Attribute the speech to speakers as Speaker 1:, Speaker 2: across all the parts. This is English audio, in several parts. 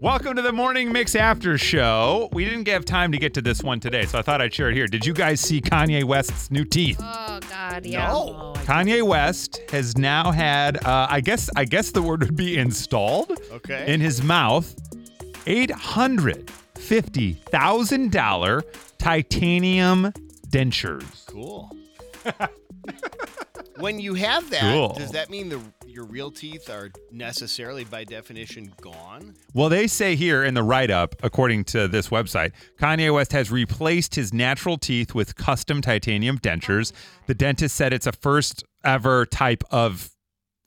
Speaker 1: Welcome to the Morning Mix After Show. We didn't have time to get to this one today, so I thought I'd share it here. Did you guys see Kanye West's new teeth?
Speaker 2: Oh God, yeah.
Speaker 1: No. Kanye West has now had, uh, I guess, I guess the word would be installed
Speaker 3: Okay.
Speaker 1: in his mouth, eight hundred fifty thousand dollar titanium dentures.
Speaker 3: Cool. when you have that,
Speaker 1: Cool.
Speaker 3: does that mean the your real teeth are necessarily by definition gone?
Speaker 1: Well, they say here in the write up, according to this website, Kanye West has replaced his natural teeth with custom titanium dentures. The dentist said it's a first ever type of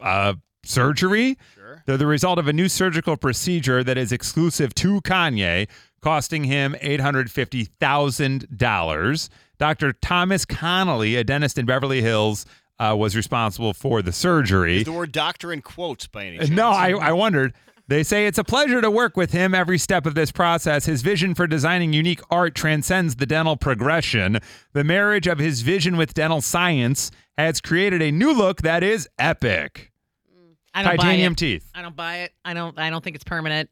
Speaker 1: uh, surgery.
Speaker 3: Sure.
Speaker 1: They're the result of a new surgical procedure that is exclusive to Kanye, costing him $850,000. Dr. Thomas Connolly, a dentist in Beverly Hills, uh, was responsible for the surgery.
Speaker 3: Is the word doctor in quotes by any chance?
Speaker 1: Uh, No, I, I wondered. They say it's a pleasure to work with him every step of this process. His vision for designing unique art transcends the dental progression. The marriage of his vision with dental science has created a new look that is epic.
Speaker 2: I don't
Speaker 1: Titanium
Speaker 2: buy it.
Speaker 1: teeth.
Speaker 2: I don't buy it. I don't. I don't think it's permanent.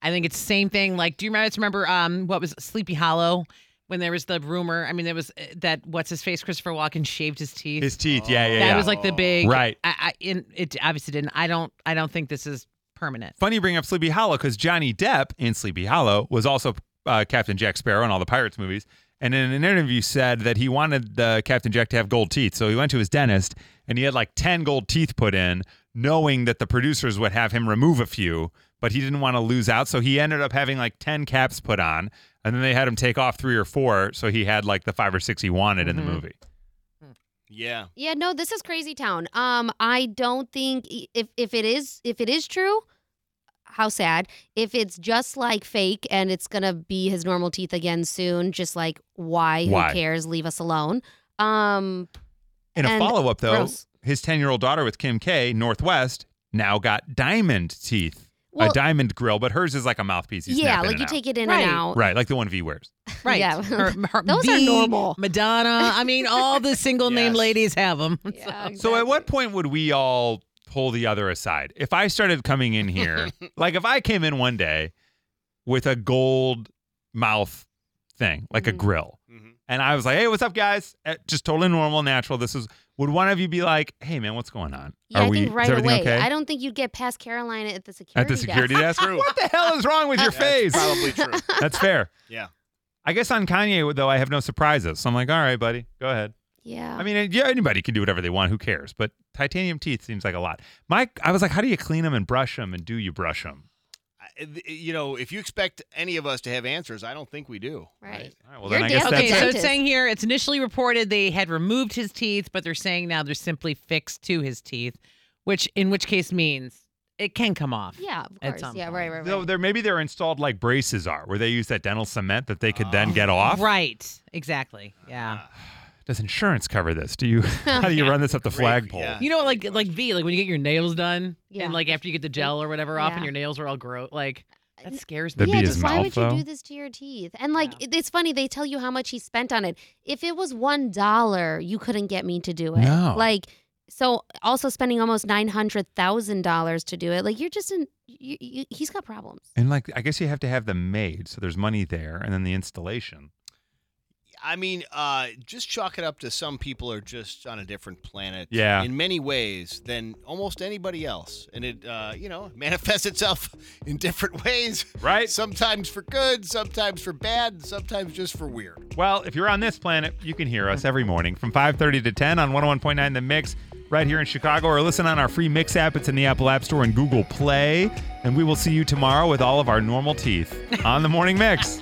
Speaker 2: I think it's same thing. Like, do you guys remember um what was Sleepy Hollow when there was the rumor? I mean, there was uh, that what's his face Christopher Walken shaved his teeth.
Speaker 1: His teeth. Yeah, yeah,
Speaker 2: that
Speaker 1: yeah.
Speaker 2: was like the big
Speaker 1: Right.
Speaker 2: I, I in, it obviously didn't. I don't. I don't think this is permanent.
Speaker 1: Funny you bring up Sleepy Hollow because Johnny Depp in Sleepy Hollow was also uh, Captain Jack Sparrow in all the Pirates movies. And in an interview said that he wanted the Captain Jack to have gold teeth. So he went to his dentist and he had like 10 gold teeth put in, knowing that the producers would have him remove a few, but he didn't want to lose out. So he ended up having like 10 caps put on. And then they had him take off three or four. So he had like the five or six he wanted in the
Speaker 4: Mm-hmm.
Speaker 2: Mhm.
Speaker 1: movie.
Speaker 3: Yeah.
Speaker 4: Yeah, no, this is crazy town. Um, I don't think i- if if it is if it is true, how sad. If it's just like fake and it's gonna be his normal teeth again soon, just like why?
Speaker 1: Why?
Speaker 4: Who cares? Leave us alone. Um,
Speaker 1: In a
Speaker 4: And
Speaker 1: follow up, though,
Speaker 4: gross.
Speaker 1: his 10 year old daughter with Kim K, Northwest, now got diamond teeth.
Speaker 4: Well-
Speaker 1: a diamond grill, but hers is like a mouthpiece. You
Speaker 4: yeah,
Speaker 1: snap in
Speaker 4: like
Speaker 1: and
Speaker 4: you
Speaker 1: out.
Speaker 4: take it in
Speaker 2: Right.
Speaker 4: and out.
Speaker 1: Right, like the one V wears.
Speaker 2: Right.
Speaker 4: Yeah.
Speaker 2: Her- her-
Speaker 4: Those are
Speaker 2: V,
Speaker 4: normal.
Speaker 2: Madonna. I mean, all the single name
Speaker 3: Yes.
Speaker 2: ladies have them.
Speaker 4: Yeah,
Speaker 1: So at what
Speaker 4: exactly.
Speaker 1: point would we all pull the other aside? If I started coming in here, like if I came in one day with a gold mouth thing, like a
Speaker 4: Mhm.
Speaker 1: grill,
Speaker 3: hmm
Speaker 1: and I was like, hey, what's up, guys? Eh, Just totally normal, natural. This is, would one of you be like, hey, man, what's going on?
Speaker 4: Yeah, I
Speaker 1: we,
Speaker 4: think right
Speaker 1: is everything
Speaker 4: away.
Speaker 1: okay?
Speaker 4: I don't think you'd get past Carolina at the security.
Speaker 1: At the security desk?
Speaker 3: True.
Speaker 1: what the hell is wrong with your
Speaker 3: That's
Speaker 1: face?
Speaker 3: probably true.
Speaker 1: That's fair.
Speaker 3: Yeah.
Speaker 1: I guess on Kanye, though, I have no surprises. So I'm like, all right, buddy, go ahead.
Speaker 4: Yeah.
Speaker 1: I mean, yeah, anybody can do whatever they want. Who cares? But titanium teeth seems like a lot. My, I was like, how do you clean them and brush them? And do you brush them?
Speaker 3: I- th- you know, if you expect any of us to have answers, I don't think we do.
Speaker 4: Right.
Speaker 1: All right, well,
Speaker 4: You're
Speaker 1: then I guess
Speaker 4: damn
Speaker 1: that's
Speaker 2: Okay,
Speaker 1: it.
Speaker 2: so it's
Speaker 4: Dentist.
Speaker 2: saying here it's initially reported they had removed his teeth, but they're saying now they're simply fixed to his teeth, which in which case means it can come off.
Speaker 4: yeah, of
Speaker 2: At
Speaker 4: course.
Speaker 2: some
Speaker 4: Yeah,
Speaker 2: point.
Speaker 4: right, right, right.
Speaker 1: So they're, maybe they're installed like braces are, where they use that dental cement that they could then get off.
Speaker 2: Right. Exactly. Yeah.
Speaker 3: Ah.
Speaker 1: Does insurance cover this? Do you? How do you run this up the
Speaker 3: Great,
Speaker 1: flagpole?
Speaker 3: yeah.
Speaker 2: You know, like like V, like when you get your nails done,
Speaker 4: Yeah.
Speaker 2: and like after you get the gel or whatever off,
Speaker 4: Yeah. Uh,
Speaker 2: and your nails are all gross, like that scares me.
Speaker 1: That'd
Speaker 4: yeah,
Speaker 1: be
Speaker 4: just
Speaker 1: his
Speaker 4: why
Speaker 1: mouth,
Speaker 4: would
Speaker 1: though.
Speaker 4: you do this to your teeth? And like, it- it's funny they tell you how much he spent on it. If it was one dollar, you couldn't get me to do it.
Speaker 1: No.
Speaker 4: Like, so also spending almost nine hundred thousand dollars to do it. Like, you're just in. You, you, he's got problems.
Speaker 1: And like, I guess you have to have them made, so there's money there, and then the installation.
Speaker 3: I mean, uh, just chalk it up to some people are just on a different planet
Speaker 1: Yeah.
Speaker 3: in many ways than almost anybody else. And it, uh, you know, manifests itself in different ways.
Speaker 1: Right.
Speaker 3: Sometimes for good, sometimes for bad, and sometimes just for weird.
Speaker 1: Well, if you're on this planet, you can hear us every morning from 5:30 to 10 on 101.9 The Mix right here in Chicago or listen on our free Mix app. It's in the Apple App Store and Google Play. And we will see you tomorrow with all of our normal teeth on the Morning Mix.